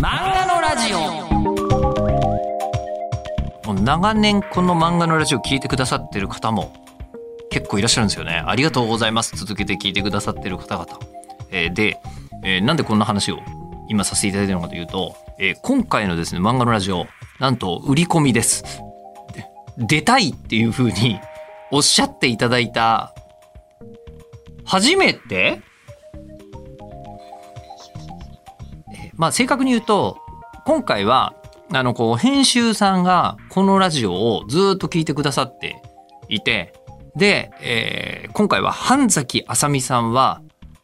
漫画のラジオもう長年この漫画のラジオ聞いてくださってる方も結構いらっしゃるんですよねありがとうございます続けて聞いてくださってる方々、えーで、えーなんでこんな話を今させていただいてるのかというと、えー今回のですね漫画のラジオなんと売り込みですで出たいっていう風におっしゃっていただいた初めてえーまあ正確に言うと今回はあのこう編集さんがこのラジオをずーっと聞いてくださっていてで、えー今回は半崎あさみさんは、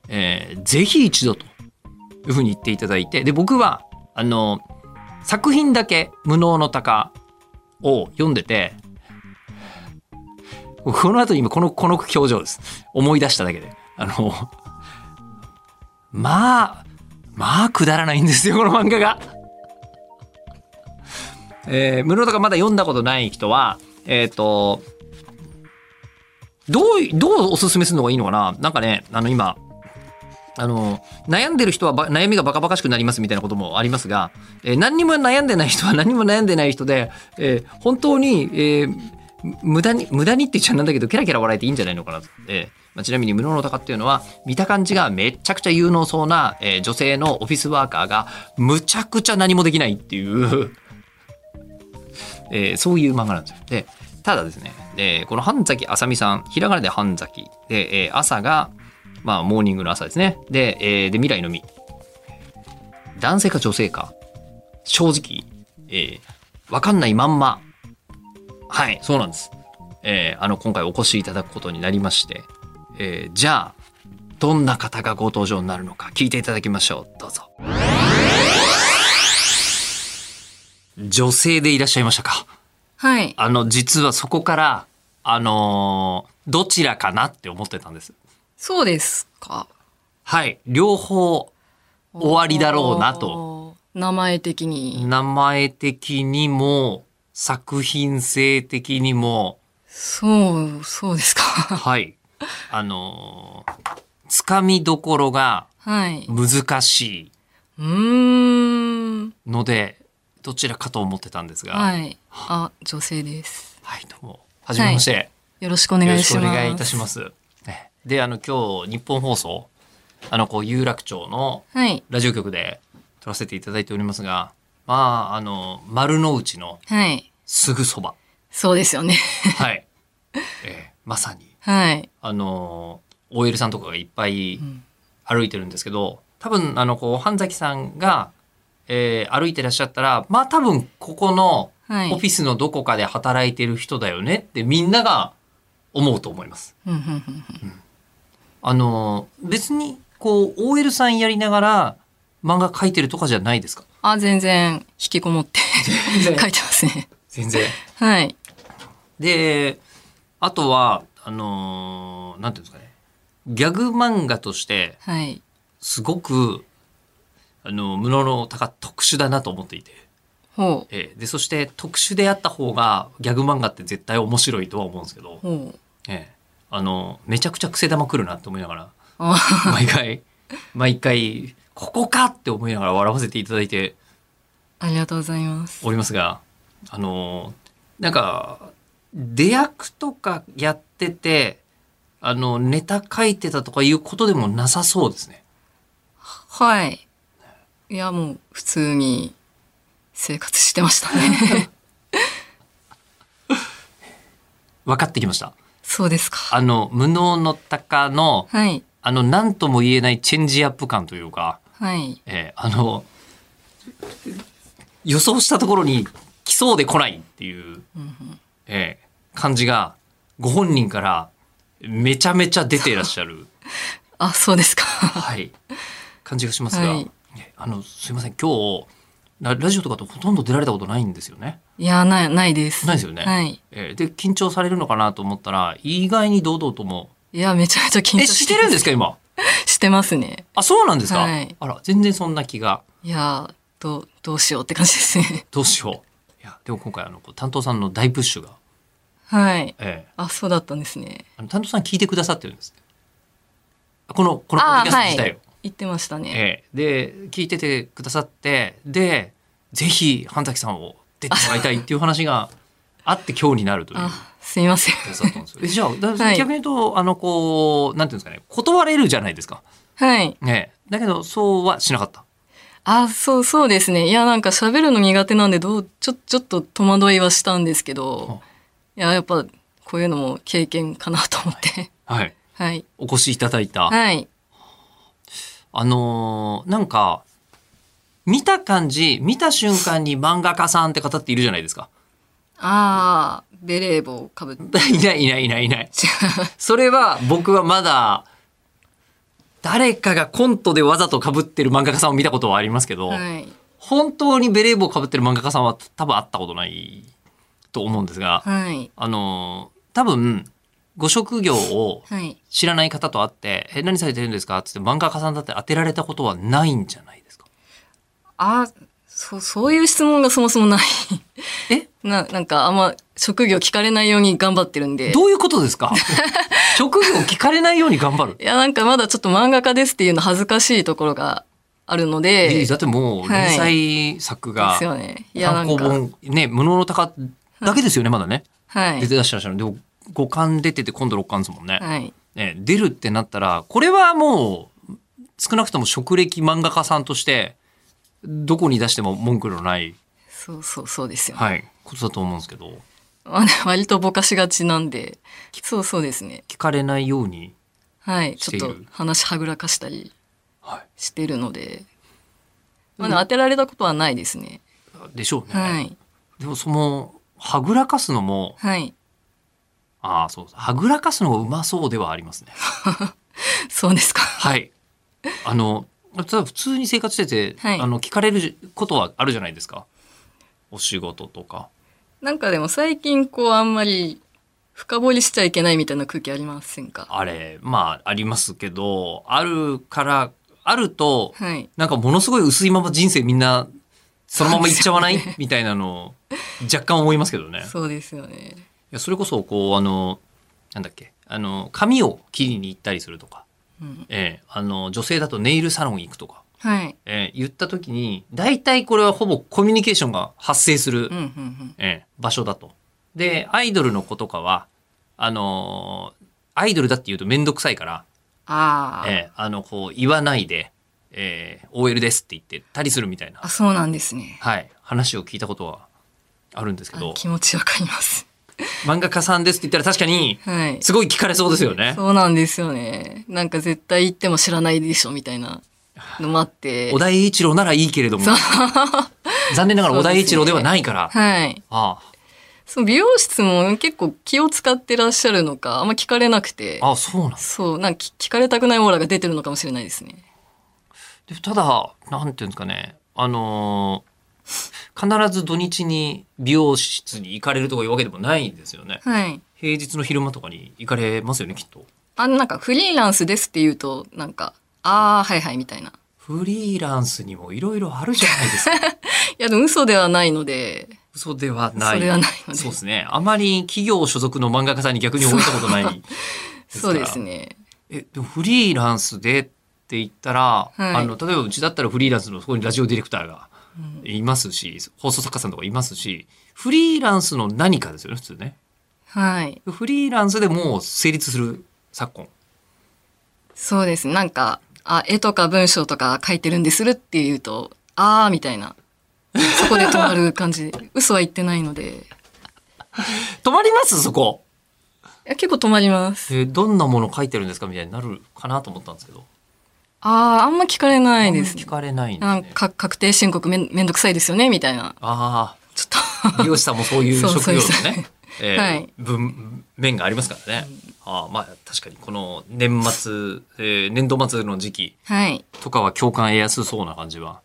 えーぜひ一度というふうに言っていただいてで僕はあの作品だけ「無能の鷹」を読んでてこの後に今このこの表情です思い出しただけであのまあまあくだらないんですよこの漫画が。えー、室戸がまだ読んだことない人は、えっ、と、どうい、どうおすすめするのがいいのかななんかね、あの今、あの、悩んでる人はば悩みがバカバカしくなりますみたいなこともありますが、えー何にも悩んでない人は 何にも悩んでない人で、えー本当に、えー無駄に、無駄にって言っちゃなんだけど、キラキラ笑えていいんじゃないのかなと。えーまあ、ちなみに、無能の鷹っていうのは、見た感じがめちゃくちゃ有能そうな、えー女性のオフィスワーカーが、むちゃくちゃ何もできないっていう、えーそういう漫画なんですよ。で、ただですね、えーこの半崎あさみさん、ひらがなで半崎、で、えー朝が、まあ、モーニングの朝ですね。で、えーで未来の実。男性か女性か、正直、えーわかんないまんま、はい、そうなんです。えーあの、今回お越しいただくことになりまして、えーじゃあ、どんな方がご登場になるのか聞いていただきましょう。どうぞ。女性でいらっしゃいましたかはいあの、実はそこから、あのーどちらかなって思ってたんです。そうですかはい。両方、終わりだろうなと。おー名前的に名前的にも、作品性的にも、そうそうですか はい。あのーつかみどころがはい難しうーんいので、どちらかと思ってたんですが、はい、はいあ女性ですどうも。はじめまして。よろしくお願いしますよろしくお願いいたします。ねで、あの、今日、日本放送、あの、こう、有楽町のはいラジオ局で撮らせていただいておりますが、まあ、あの、丸の内のはいすぐそ ば。そうですよねはい。えーまさに、はいあの、OL さんとかがいっぱいん歩いてるんですけど、多分、あの、こう、半崎さんが、えー歩いてらっしゃったら、まあ多分、ここのはいオフィスのどこかで働いてる人だよねってみんなが思うと思います。うんうんうんうんあの、別に、こう、OL さんやりながら漫画描いてるとかじゃないですか あ全然引きこもって 書然いてますね全然。はいで、あとは、あのーなんていうんですかね。ギャグ漫画として、はいすごく、あの、無能の高特殊だなと思っていて。ほええで、そして特殊であった方が、ギャグ漫画って絶対面白いとは思うんですけどう、ほうええあの、めちゃくちゃ癖玉来るなって思いながら、あ毎回、毎回、ここかって思いながら笑わせていただいてありがとうございます。おりますが、あのーなんか、出役とかやってて、あの、ネタ書いてたとかいうことでもなさそうですね。はい。いや、もう普通に生活してました ね。分かってきました。そうですか。あの、無能の鷹の、はい。あの、何とも言えないチェンジアップ感というか、はい。えーあの、予想したところに来そうで来ないっていう、えー感じが、ご本人からめちゃめちゃ出ていらっしゃる。あ、そうですか。 はい、感じがしますが、はいえあのすいません今日ララジオとかとほとんど出られたことないんですよね。いや、ない、ないです。ないですよね。はい。えーで緊張されるのかなと思ったら意外に堂々ともいや、めちゃめちゃ緊張えしてるんですすか今 してますね。あそうなんですか、はいあら全然そんな気がいや、どう、どうしようって感じですね。 どうしよういやでも今回あのこう担当さんの大プッシュが、はい。えーあ、そうだったんですね。あの担当さん聞いてくださってるんですこのこのポッドキャスト自体を、言ってましたね。ええ、で聞いててくださってでぜひ半崎さんを出てもらいたいっていう話があって今日になるという。あ、すみません。やつだったんですよ えじゃあだはい逆に言うと、あのこうなんていうんですかね断れるじゃないですか、 はい。ねえ、だけどそうはしなかったあ、そうそうですね。いや、なんか喋るの苦手なんで、どう、ちょ、ちょっと戸惑いはしたんですけど、いや、やっぱ、こういうのも経験かなと思って。はいはい。お越しいただいた、はい。あのーなんか見た感じ見た瞬間に漫画家さんって方っているじゃないですかああ、ベレー帽かぶって。 いないいないいないいない それは僕はまだ誰かがコントでわざと被ってる漫画家さんを見たことはありますけど、はい。本当にベレー帽を被ってる漫画家さんは多分会ったことないと思うんですが、はい。あのー多分ご職業をはい。知らない方と会って「え何されてるんですか?」っつって漫画家さんだって当てられたことはないんじゃないですかあ、そう、そういう質問がそもそもない。え な、なんかあんま職業聞かれないように頑張ってるんで。どういうこと ですか職業聞かれないように頑張る。いや、なんかまだちょっと漫画家ですっていうの恥ずかしいところがあるので。えだってもうはい連載作がですよね。いや、な単行んか。本ね「無能の鷹」だけですよねまだねは出い。てらっしゃるのでも5巻出てて今度6巻ですもんね。はい。ね出るってなったらこれはもう少なくとも職歴漫画家さんとしてどこに出しても文句のないそうそうそうですよ、ねはい、ことだと思うんですけどまあね割とぼかしがちなんで。そうそうですね。聞かれないように、はい。しちているょっと話はぐらかしたりはしてるので。まあね、当てられたことはないですね。い、でしょうね、はい。でもそのはぐらかすのもはい。ああそうはぐらかすのがうまそうではありますねそうですか。 はいあのただ普通に生活してて、はいあの聞かれることはあるじゃないですかお仕事とかなんかでも最近こうあんまり深掘りしちゃいけないみたいな空気ありませんかあれまあありますけどあるからあるとはい。なんかものすごい薄いまま人生みんなそのままいっちゃわない、みたいなのを若干思いますけどね。そうですよね。いやそれこそこうあのなんだっけあの髪を切りに行ったりするとか、うん。ええあの女性だとネイルサロン行くとか、はい。ええ言った時に大体これはほぼコミュニケーションが発生する、うん、うん、うん。ええ場所だと。でアイドルの子とかはあのアイドルだって言うと面倒くさいから、ああ、ええあのこう言わないで、ええ OL ですって言ってたりするみたいなあ、、そうなんですね。はい、話を聞いたことはあるんですけあど気持ちわかります。漫画家さんですって言ったら確かにはい。すごい聞かれそうですよね。そうなんですよね。なんか絶対言っても知らないでしょみたいなのもあって。小田栄一郎ならいいけれどもそう残念ながら小そうで田すね栄一郎ではないから、はい。あその美容室も結構気を使ってらっしゃるのか、あんま聞かれなくて。ああそうなんだそう、なんか聞聞かれたくないオーラが出てるのかもしれないですね。でただなんていうんですかねあのー必ず土日に美容室に行かれるとかいうわけでもないんですよねはい。平日の昼間とかに行かれますよねきっとあなんかフリーランスですって言うと、なんか、ああ、はいはいみたいな。フリーランスにもいろいろあるじゃないですかいや、でも嘘ではないので、嘘ではないそれはないのでそうですねあまり企業所属の漫画家さんに逆に思ったことないですか そらうですね。えでもフリーランスでって言ったら、はいあの例えばうちだったらフリーランスのそこにラジオディレクターがいますし、放送作家さんとかいますしフリーランスの何かですよね普通ねはい。フリーランスでもう成立する昨今そうですね。なんか、あ、絵とか文章とか書いてるんでするって言うと、ああ、みたいな。そこで止まる感 じ。嘘は言ってないので。い止まりますそこ、や結構止まります。えーどんなもの書いてるんですかみたいになるかなと思ったんですけどああ、あんま聞かれないですね聞。かれないんですなんねか確定申告めんめんどくさいですよねみたいな。あちょっ あ美容師さんもそういうそう職業のそうですねねえーはい文面がありますからね、ああまあ確かにこの年末、えー年度末の時期と。はい。とかは共感得やすそうな感じは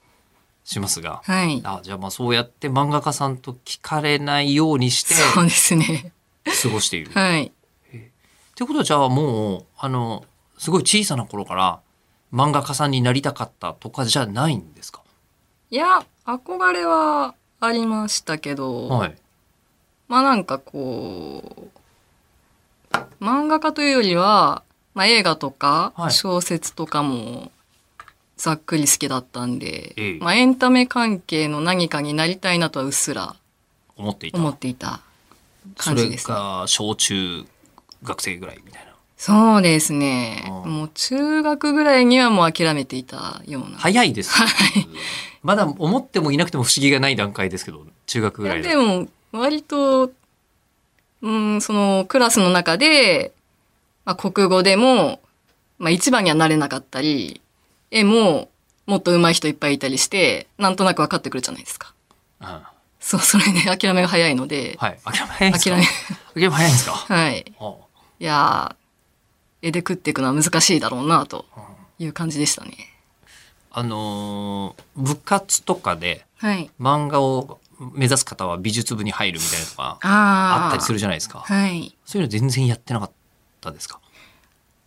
しますが、はい。あじゃあまあそうやって漫画家さんと聞かれないようにしてそうですね。過ごしている。っはい。てことはじゃあもうあのすごい小さな頃から漫画家さんになりたかったとかじゃないんですかいや、憧れはありましたけど、はい。まあなんかこう、漫画家というよりは、まあ映画とかはい小説とかもざっくり好きだったんで、ええまあ、エンタメ関係の何かになりたいなとはうっすら思っていた思っていたそ感じれですね。が小中学生ぐらいみたいなそうですね。うんもう中学ぐらいにはもう諦めていたような。早いです、はいまだ思ってもいなくても不思議がない段階ですけど中学いぐらやいでだも割と、うん、そのクラスの中で、まあ、国語でも、まあ、一番にはなれなかったり絵ももっと上手い人いっぱいいたりしてなんとなく分かってくるじゃないですか。うんそうそれで 諦めが早いので、はい諦め早いんです諦かめ諦め早いんですかはいあいやー絵で食っていくのは難しいだろうなという感じでしたね。あのー部活とかではい、漫画を目指す方は美術部に入るみたいなのとかあーあったりするじゃないですかはいそういうの全然やってなかったですか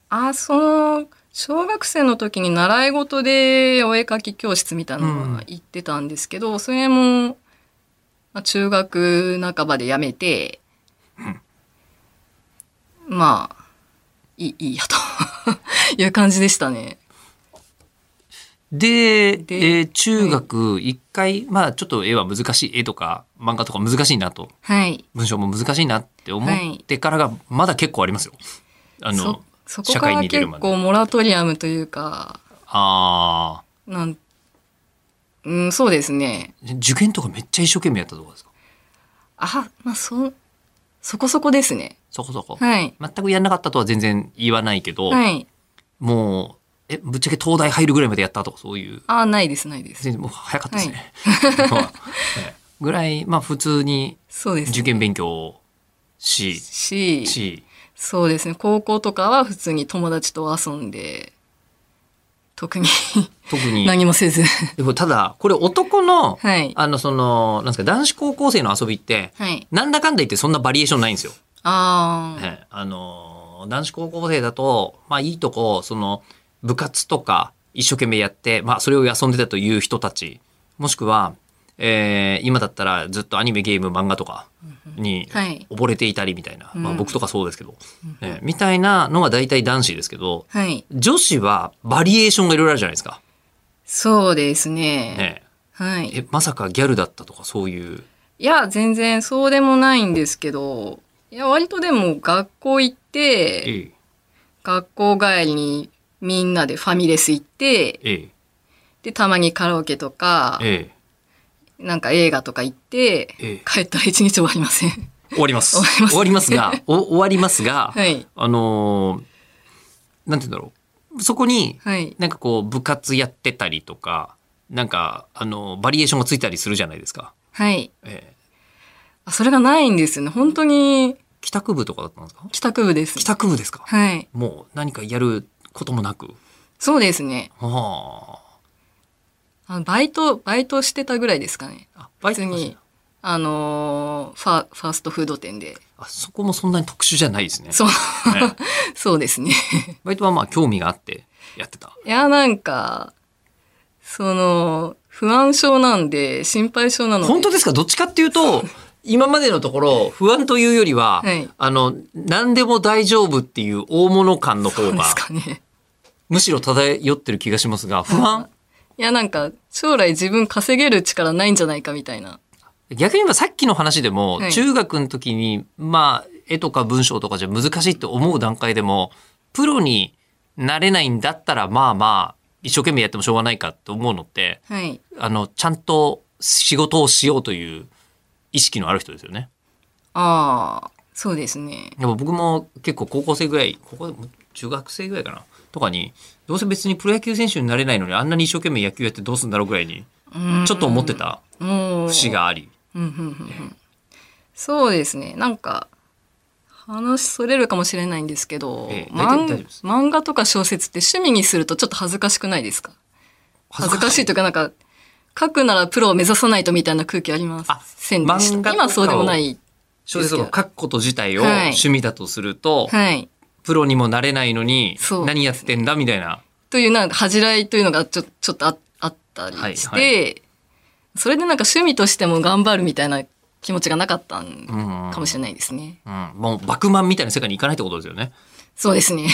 あ、その、小学生の時に習い事でお絵描き教室みたいなのは行ってたんですけど、それも、まあ、中学半ばでやめて、まあ、いい、いいやと いう感じでしたね。ででえー中学一回、まあちょっと絵は難しい絵とか漫画とか難しいなとはい。文章も難しいなって思ってからがまだ結構ありますよ。あのそ、そこ社か会らに出結るまで。構モラトリアムというか、ああ、なん、うん、そうですね。受験とかめっちゃ一生懸命やったとこですかあ、まあ、そ、そこそこですね。そこそこ。はい。全くやんなかったとは全然言わないけど、はい。もう、え、ぶっちゃけ東大入るぐらいまでやったとかそういう、あ、ないです、ないです。全然もう早かったですね。はいぐらい、まあ普通にそうですね。受験勉強をし、し、し、そうですね、高校とかは普通に友達と遊んで、特に特に、何も せず。でもただ、これ男の、はい。あの、その、なんですか、男子高校生の遊びって、はい。なんだかんだ言ってそんなバリエーションないんですよ。ああ、はいあのー男子高校生だと、まあいいとこ、その、部活とか一生懸命やって、まあそれを遊んでたという人たち、もしくは、えー今だったらずっとアニメ、ゲーム、漫画とかにはい溺れていたりみたいな、まあうん僕とかそうですけど、えーみたいなのは大体男子ですけど、はい。女子はバリエーションがいろいろあるじゃないですか。そうですね。ねはえい。え、まさかギャルだったとかそういう。いや、全然そうでもないんですけど、いや、割とでも学校行って、え学校帰りにみんなでファミレス行って、え、えで、たまにカラオケとかえ、、えなんか映画とか行って、ええ帰ったら一日終わりません。終わります。終わります終わりますが、お終わりますが、はい。あのーなんて言うんだろう。そこに、はい。なんかこう、部活やってたりとか、なんか、あのーバリエーションがついたりするじゃないですか。はい。ええあそれがないんですよね。本当に帰宅部とかだったんですか帰宅部です、帰宅部ですかはい。もう何かやることもなく。そうですね。はあのバイト、バイトしてたぐらいですかね。あ。あバイト普通にあのーファ、ファーストフード店で。あそこもそんなに特殊じゃないですね。そう、 ねそうですね。バイトはまあ興味があってやって た。いや、なんか、その、不安症なんで、心配症なので。本当ですかどっちかっていうと、今までのところ、不安というよりは、はいあの、何でも大丈夫っていう大物感の方そうでがす、かね。むしろ漂ってる気がしますが、不安いや、なんか、将来自分稼げる力ないんじゃないかみたいな。逆に言えばさっきの話でも、はい中学の時に、まあ、絵とか文章とかじゃ難しいと思う段階でも、プロになれないんだったら、まあまあ、一生懸命やってもしょうがないかと思うのって、はい。あの、ちゃんと仕事をしようという意識のある人ですよね。ああ、そうですね。でも僕も結構高校生ぐらい、ここ中学生ぐらいかなとかに、どうせ別にプロ野球選手になれないのにあんなに一生懸命野球やってどうすんだろうぐらいに、うんちょっと思ってたもう。節があり。うんうんうんうんそうですね。なんか、話それるかもしれないんですけど、ええ大漫丈夫です漫画とか小説って趣味にするとちょっと恥ずかしくないですか恥ずかしいというか、なんか、書くならプロを目指さないとみたいな空気ありませんでしあ漫画とかをた。今そうでもない。小説を書くこと自体をはい趣味だとすると、はい。プロにもなれないのにそう何やってんだみたいな。という、なんか、恥じらいというのがちょちょっとああったりして、はいそれでなんか趣味としても頑張るみたいな気持ちがなかったんうんかもしれないですね。うん、もう、バクマンみたいな世界に行かないってことですよね。そうですね。ね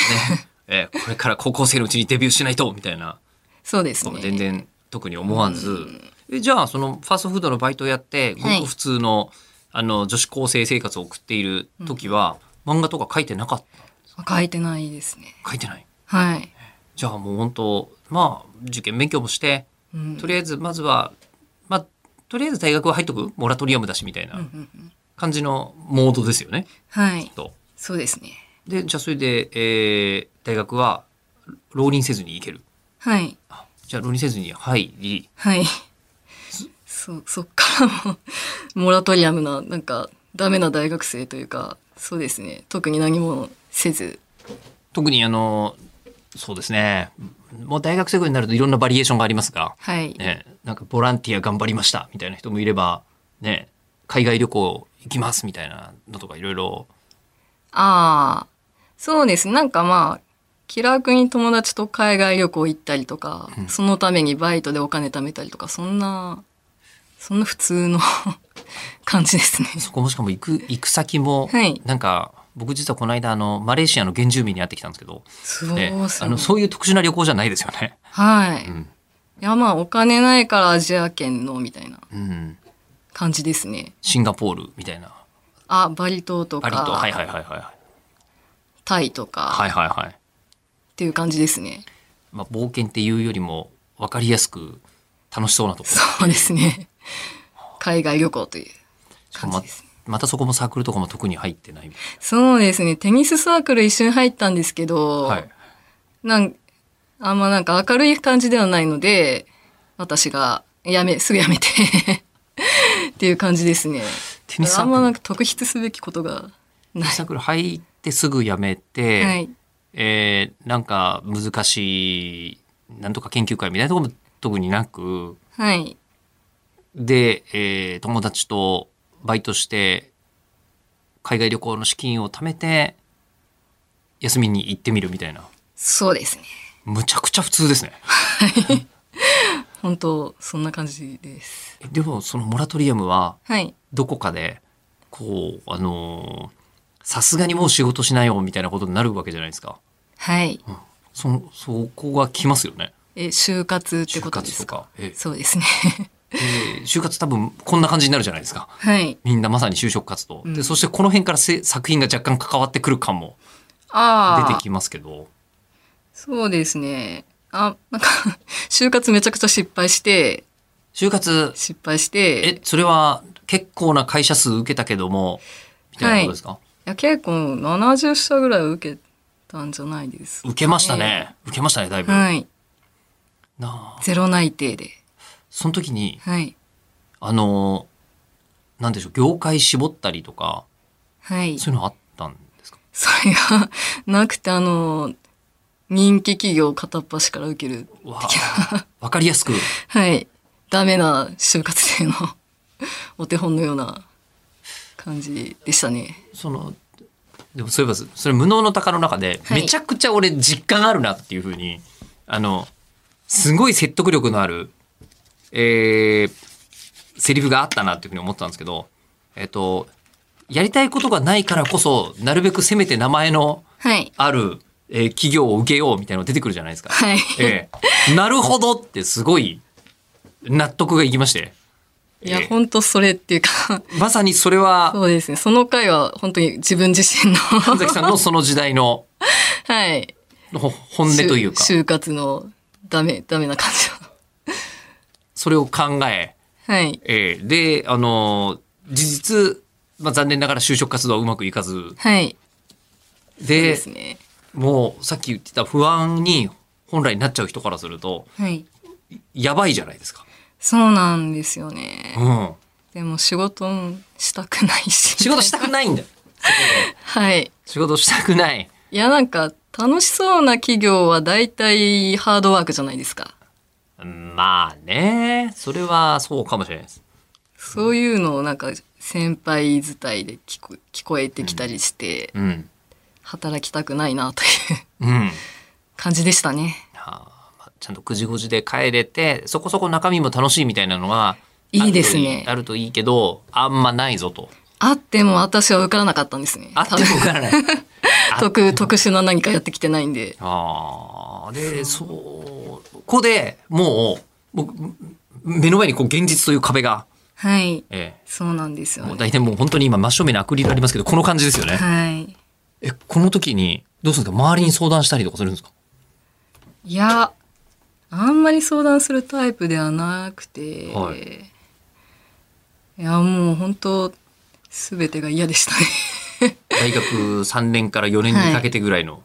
えーこれから高校生のうちにデビューしないとみたいな。そうですね。全然特に思わず、えじゃあそのファストフードのバイトをやってごはいく普通の,、あの女子高生生活を送っている時は、漫画とか書いてなかっ書いてないですね。た書いてないはい。じゃあもう本当まあ受験勉強もしてうんとりあえずまずはまあとりあえず大学は入っとくモラトリアムだしみたいうんうなんうん感じのモードですよね。はい。とそうですね。でじゃあそれで、えー大学は浪人せずに行ける。はい。あじゃあ浪人せずに入りはい。そ、 そっからも、モラトリアムな、なんか、ダメな大学生というか、そうですね。特に何もせず。特にあのそうですねもう大学生ぐらいになるといろんなバリエーションがありますが、はい。ね、なんかボランティア頑張りましたみたいな人もいれば、ね、海外旅行行きますみたいなのとかいろいろああ、そうです。なんかまあ、気楽に友達と海外旅行行ったりとか、うんそのためにバイトでお金貯めたりとか、そんな、そんな普通の 感じですね。そこもしかも行く行く先も、はいなんか僕実はこの間あのマレーシアの原住民に会ってきたんですけど、そうねですあねの。そういう特殊な旅行じゃないですよね。はい。ういんやまあ、お金ないからアジア圏の、みたいなうん、感じですね。シンガポールみたいなあ、バリ島とバリ島はいか、はいはいはいタイとか、はいはいはい、っていう感じですね。 まあ、冒険っていうよりも分かりやすく楽しそうなところそうですね。 海外旅行というしか感もじまですね。またそこもサークルとかも特に入ってないみたいそうですね。テニスサークル一瞬入ったんですけな、ど、はい、なんあんまなんか明るい感じではないので、私がやめ、すぐやめて っていう感じですね。テニスサあーんクまルなんか特筆すべきことがなテニいス。サークル入ってすぐ辞めて、はい。えーなんか難しいなんとか研究会みたいなところも特になくはい。で、えー友達とバイトして海外旅行の資金を貯めて休みに行ってみるみたいなそうですね。むちゃくちゃ普通ですね本当そんな感じです。でもそのモラトリアムははい。どこかでこうあのーさすがにもう仕事しないよみたいなことになるわけじゃないですか。はい。そそこが来ますよね。え、就活って就ことで活とすかか。えそうですね。 え就活多分こんな感じになるじゃないですか。はい。みんなまさに就職活動。うでんそしてこの辺からせ作品が若干関わってくる感もああ。出てきますけど。そうですね。あ、なんか、 就活めちゃくちゃ失敗して、就活失敗しえて、それは結構な会社数受けたけどもみたいなことですか、いや結構70社ぐらい受けたんじゃないです。受けましたね、受けましたねだいぶ。はい。なあゼロ内定で。その時にはい。あのー、なんでしょう、業界絞ったりとか、はい。そういうのあったんですかそれがなくて、あの、人気企業片っ端から受ける。わあわかりやすく、はい。ダメな就活生の お手本のような感じでしたね。その、でもそういえば、それ無能の鷹の中で、はいめちゃくちゃ俺実感あるなっていうふうに、あの、すごい説得力のある、えー、セリフがあったなっていうふうに思ったんですけど、えっ、と、やりたいことがないからこそ、なるべくせめて名前のはい。ある、えー企業を受けようみたいなの出てくるじゃないです か。はい。ええ、なるほどってすごい納得がいきまして、いや、ええほんとそれっていうか、まさにそれはそうですね。その回は本当に自分自 身の、神崎さんのその時代のはい。ほ本音というか就就活のダメ、ダメな感じは。それを考えはい。ええであの事実、まあ、残念ながら就職活動はうまくいかずはい。そうでですね。もうさっき言ってた不安に本来なっちゃう人からするとはい。やばいじゃないですか。そうなんですよね。うん、でも仕事もしたくないし。仕事したくないんだよはい。仕事したくない。いや、なんか、楽しそうな企業は大体ハードワークじゃないですか。まあねそれはそうかもしれないです。そういうのをなんか、先輩伝いで聞こ聞こえてきたりして、うん働きたくないなといううん感じでしたね。あーまあちゃんと9時5時で帰れてそこそこ中身も楽しいみたいなのがいいですねあるといいあるといいけどあんまないぞとあっても私は受からなかったんですね。あっても分からないあ特特殊な何かやってきてないんで。あーでそうここでもう、もう目の前にこう現実という壁が、はい。えそうなんですえよもうね。大体もう本当に今真正面にアクリルありますけど、この感じですよね。はい。え、この時に、どうするんですか周りに相談したりとかするんですかいや、あんまり相談するタイプではなくて、、はいや、もう本当、すべてが嫌 でしたね。大学3年から4年にかけてぐらいの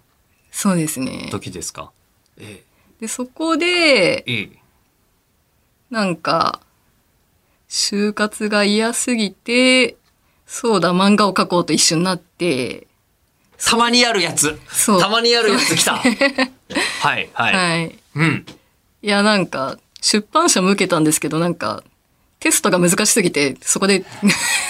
そうですね。時ですか、えで、そこで、えええなんか、就活が嫌すぎて、そうだ、漫画を描こうと一緒になって、たまにあるやつそう。たまにあるやつ来たはいはい、はい。うんいや、なんか、出版社も受けたんですけど、なんか、テストが難しすぎて、そこで、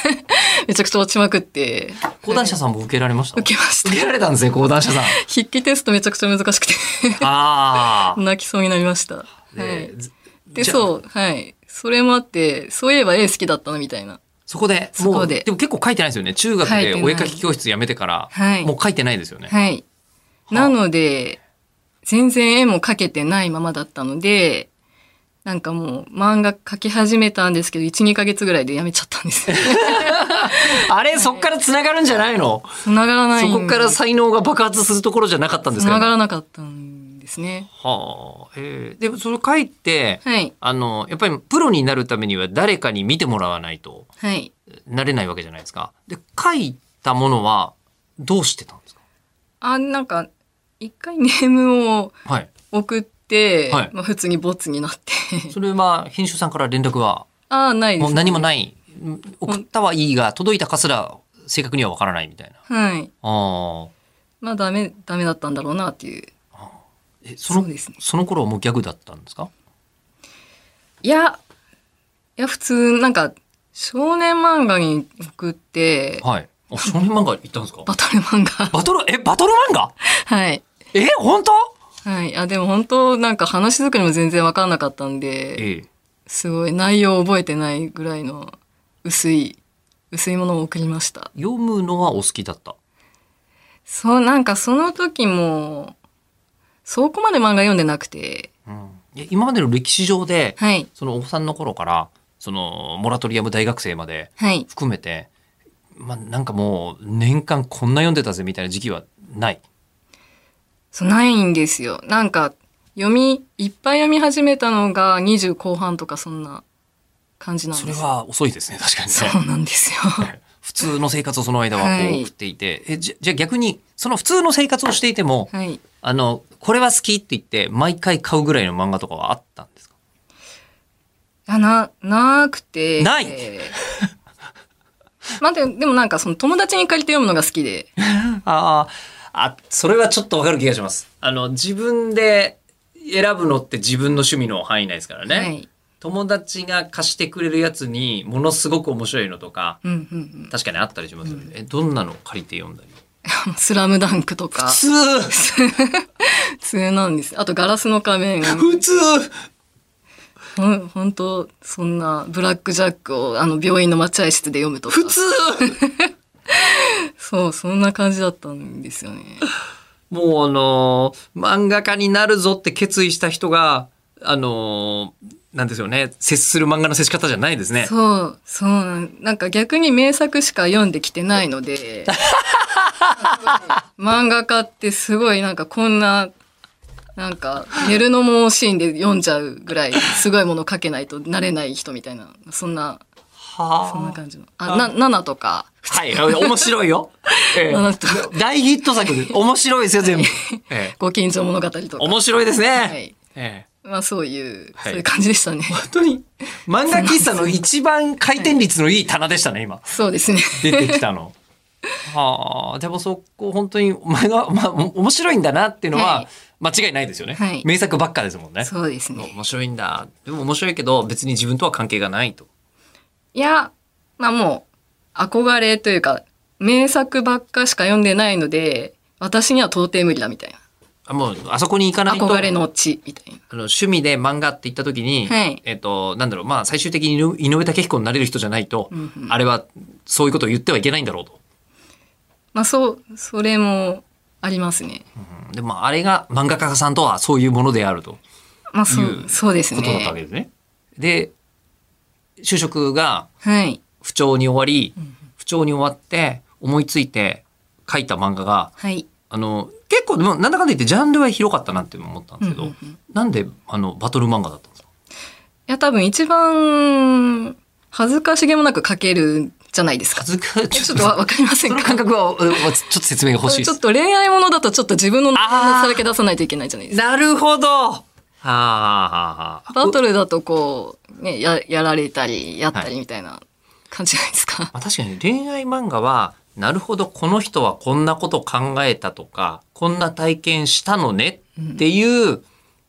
めちゃくちゃ落ちまくって、講談社さんも受けられました受けました受けられたんですね講談社さん筆記テストめちゃくちゃ難しくて、 ああ、泣きそうになりました。はでい。ずで、じゃあそう、はい。それもあって、そういえば絵好きだったのみたいな。そこでそもこうででも結構書いてないですよね中学書いてでないお絵描き教室やめてから、はいもう書いてないですよね、はい。あなので、全然絵も描けてないままだったので、なんかもう漫画描き始めたんですけど、1、2ヶ月ぐらいでやめちゃったん です。あれそっから繋がるんじゃないの、繋がらない。そこから才能が爆発するところじゃなかったんですか繋がはらなかったんですね。あええでもそれ書いて、はい。あの、やっぱりプロになるためには誰かに見てもらわないとはい。なれないわけじゃないですか。で、書いたものはどうしてたんですかあ、なんか、一回 ネームをはい。送って、はいまあ普通にボツになって。 それは編集さんから連絡はああ、ないです、もう何もない。うん送ったはいいが、届いたかすら正確にはわからないみたいな。はい。ああ。まあダメ、ダメだったんだろうなっていう。え、そのそうですねその頃はもうギャグだったんですかいや、いや普通、なんか、少年漫画に送って、はい。あ少年漫画行ったんですかバトル漫画。 バトル、え、バトル漫画はい。え、本当はい。あ、でも本当なんか話作りも全然わかんなかったんで、ええ。すごい内容を覚えてないぐらいの薄い、薄いものを送りました。読むのはお好きだった。そう、なんかその時も、そこまで漫画読んでなくて、うん。え今までの歴史上で、はい、そのお子さんの頃から、そのモラトリアム大学生まではい。含めて、まあなんかもう年間こんな読んでたぜみたいな時期はない。そう、ないんですよ。なんか、読み、いっぱい読み始めたのが20後半とかそんな感じなんそでれす。は遅いですね、確かそにうなんですよ。 ね。普通の生活をその間はこはうい送っていて、えじゃじゃあ逆に、その普通の生活をしていても、はい。あの、これは好きって言って、毎回買うぐらいの漫画とかはあったんですかあ、な、なくて。 ないえーまあでも、でもなんかその友達に借りて読むのが好きで。ああ、あ、それはちょっとわかる気がします。あの、自分で選ぶのって自分の趣味の範囲内ですからね。はい。友達が貸してくれるやつにものすごく面白いのとかうんうんうん確かにあったりしますよね、えどんなの借りて読んだりあの。スラムダンクと か、普通普通なんです。あと、ガラスの仮面。普通ほん本当そんなブラックジャックをあの病院の待合室で読むとか普通そうそんな感じだったんですよねもうあのー漫画家になるぞって決意した人があのーなんですよね接する漫画の接し方じゃないですねそうそうなんなんか逆に名作しか読んできてないの で漫画家ってすごいなんかこんななんか寝るのも惜しいんで読んじゃうぐらいすごいもの書けないとなれない人みたいなそんなそんなは感じのあな7とかあはい面白いよ、ええあなた大ヒット作です面白いですよ全 部、ええ「ご近所物語」とか、面白いですね、はいええまあ、そういう、はいそういう感じでしたね本当に漫画喫茶の一番回転率のいい棚でしたね今 そうですね出てきたの。はあ、でもそこ本当に漫画、まあ、お面白いんだなっていうのははい間違いないですよね、はい名作ばっかですもんね。そうですね。面白いんだ。でも面白いけど別に自分とは関係がないと。いや、まあもう、憧れというか、名作ばっかしか読んでないので、私には到底無理だみたいあもうあそこに行かな。ないと。憧れの地みたいな。あの趣味で漫画って言った時に、はいえっ、と、なんだろう、まあ最終的に井上武彦になれる人じゃないと、うんうんあれはそういうことを言ってはいけないんだろうと。まあそう、それもありますね。うんでもあれが漫画家さんとはそういうものであると。まあ、そいうう、そうですことだったわけね。ですね。で、就職がはい。不調に終わりん、不調に終わって、思いついて書いた漫画が、はい。あの、結構、でもなんだかんだ言ってジャンルは広かったなって思ったんですけうんどうんうんい、なんで、あの、バトル漫画だったんですかや、多分一番、恥ずかしげもなく書けるじゃないです か。恥ずかえちょっとわわかりませんそのか感覚は、 おおちょっと説明が欲しいでちょっす。と恋愛ものだとちょっと自分のあーさらけ出さないといけないじゃないですか。なるほどはあ、はあはあ、バトルだとこう、ね、や、やられたり、やったりみたいな感じじゃないですか。まあ、確かに恋愛漫画は、なるほど、この人はこんなこと考えたとか、こんな体験したのねっていう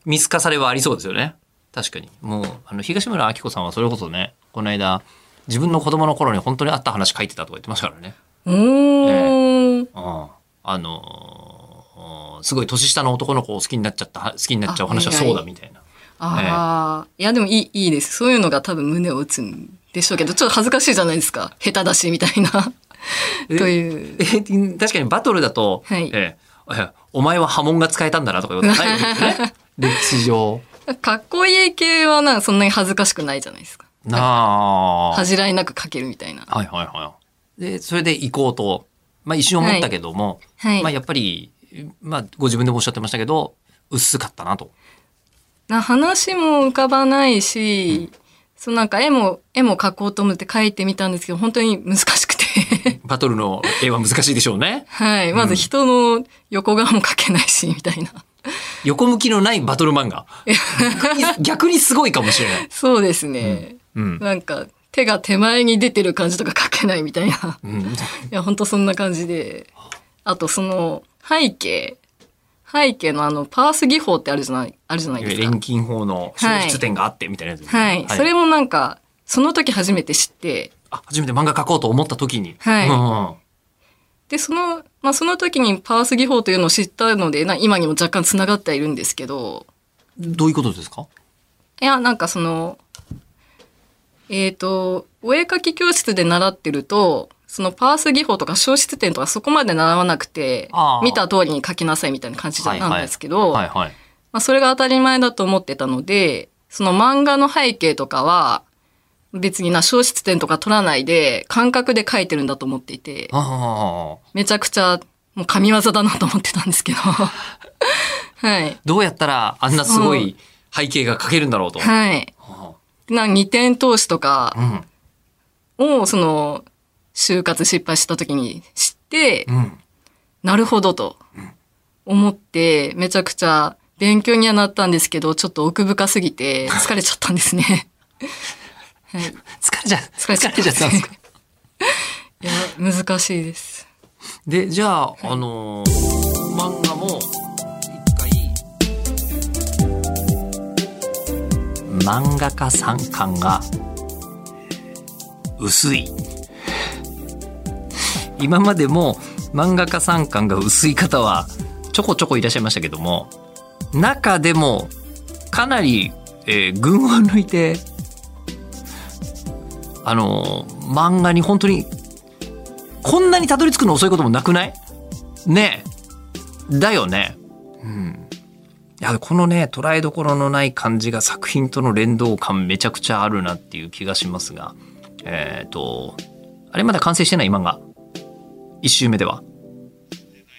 見透かされはありそうですよね。確かに。もう、あの、東村明子さんはそれこそね、この間、自分の子供の頃に本当にあった話書いてたとか言ってましたからね。おー。うん。あのーすごい年下の男の子を好きになっちゃった、好きになっちゃう話はそうだみたいな。ああ、いやでもいい、いいです。そういうのが多分胸を打つんでしょうけど、ちょっと恥ずかしいじゃないですか。下手だし、みたいな。えという。え 確かにバトルだと、はいえええお前は波紋が使えたんだなとか言うことないですよ ね。歴史上。かっこいい系はなんかそんなに恥ずかしくないじゃないですか。なあ。は恥いじらいなく書けるみたいな。はいはい。で、それで行こうと、まあ一瞬思ったけども、はいまあやっぱり、まあご自分でもおっしゃってましたけど、薄かったなと。な話も浮かばないし、そのなんか絵も、絵も描こうと思って描いてみたんですけど、本当に難しくて。。バトルの絵は難しいでしょうねはい。まず人の横側も描けないし、みたいな。横向きのないバトル漫画。逆に 逆にすごいかもしれない。 そうですね。うん。なんか、手が手前に出てる感じとか描けないみたいな。うん、いや、本当そんな感じで。あと、その、背景。背景のあの、パース技法ってあるじゃない、あるじゃないですか錬。金法の消失点があってみたいなやつですね、はい。それもなんか、その時初めて知って、あ初めて漫画描こうと思った時に。はいうんで、その、まあ、その時にパース技法というのを知ったので、な今にも若干繋がってはいるんですけど、どういうことですかいや、なんかその、えっ、と、お絵描き教室で習ってると、そのパース技法とか消失点とかそこまで習わなくてあ、ー見た通りに描きなさいみたいな感じじゃなんですけど、はいはい。まあ、それが当たり前だと思ってたので、その漫画の背景とかは、別にな、消失点とか取らないで、感覚で描いてるんだと思っていて、ああ。めちゃくちゃ、もう神業だなと思ってたんですけど。 はい。どうやったらあんなすごい背景が描けるんだろうと。はい。あな、二点投資とかあを、その、就活失敗した時に知ってう、ん。うん。なるほどと思って、めちゃくちゃ勉強にはなったんですけど、ちょっと奥深すぎて疲れちゃったんですね。 はい。疲れちゃ、疲れちゃったんですたんですか。いや、難しいです。で、じゃあ、あのー漫画も、一回、漫画家さん感が、薄い。今までも、漫画家さん感が薄い方は、ちょこちょこいらっしゃいましたけども、中でも、かなり、えー群を抜いて、あのー漫画に本当にこんなにたどり着くの遅いこともなくないねえ。だよね。うん。いや、このね、捉えどころのない感じが作品との連動感めちゃくちゃあるなっていう気がしますが。えっ、と、あれまだ完成してない漫画。一周目では。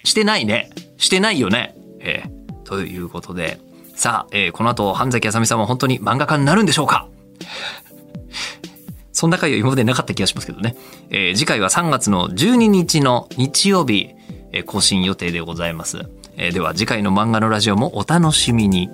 してないね。してないよね。えーということで。さあ、えーこの後、半崎あさみさんは本当に漫画家になるんでしょうかそんな回は今までなかった気がしますけどね。えー次回は3月の12日の日曜日、えー更新予定でございます。えーでは次回の漫画のラジオもお楽しみに。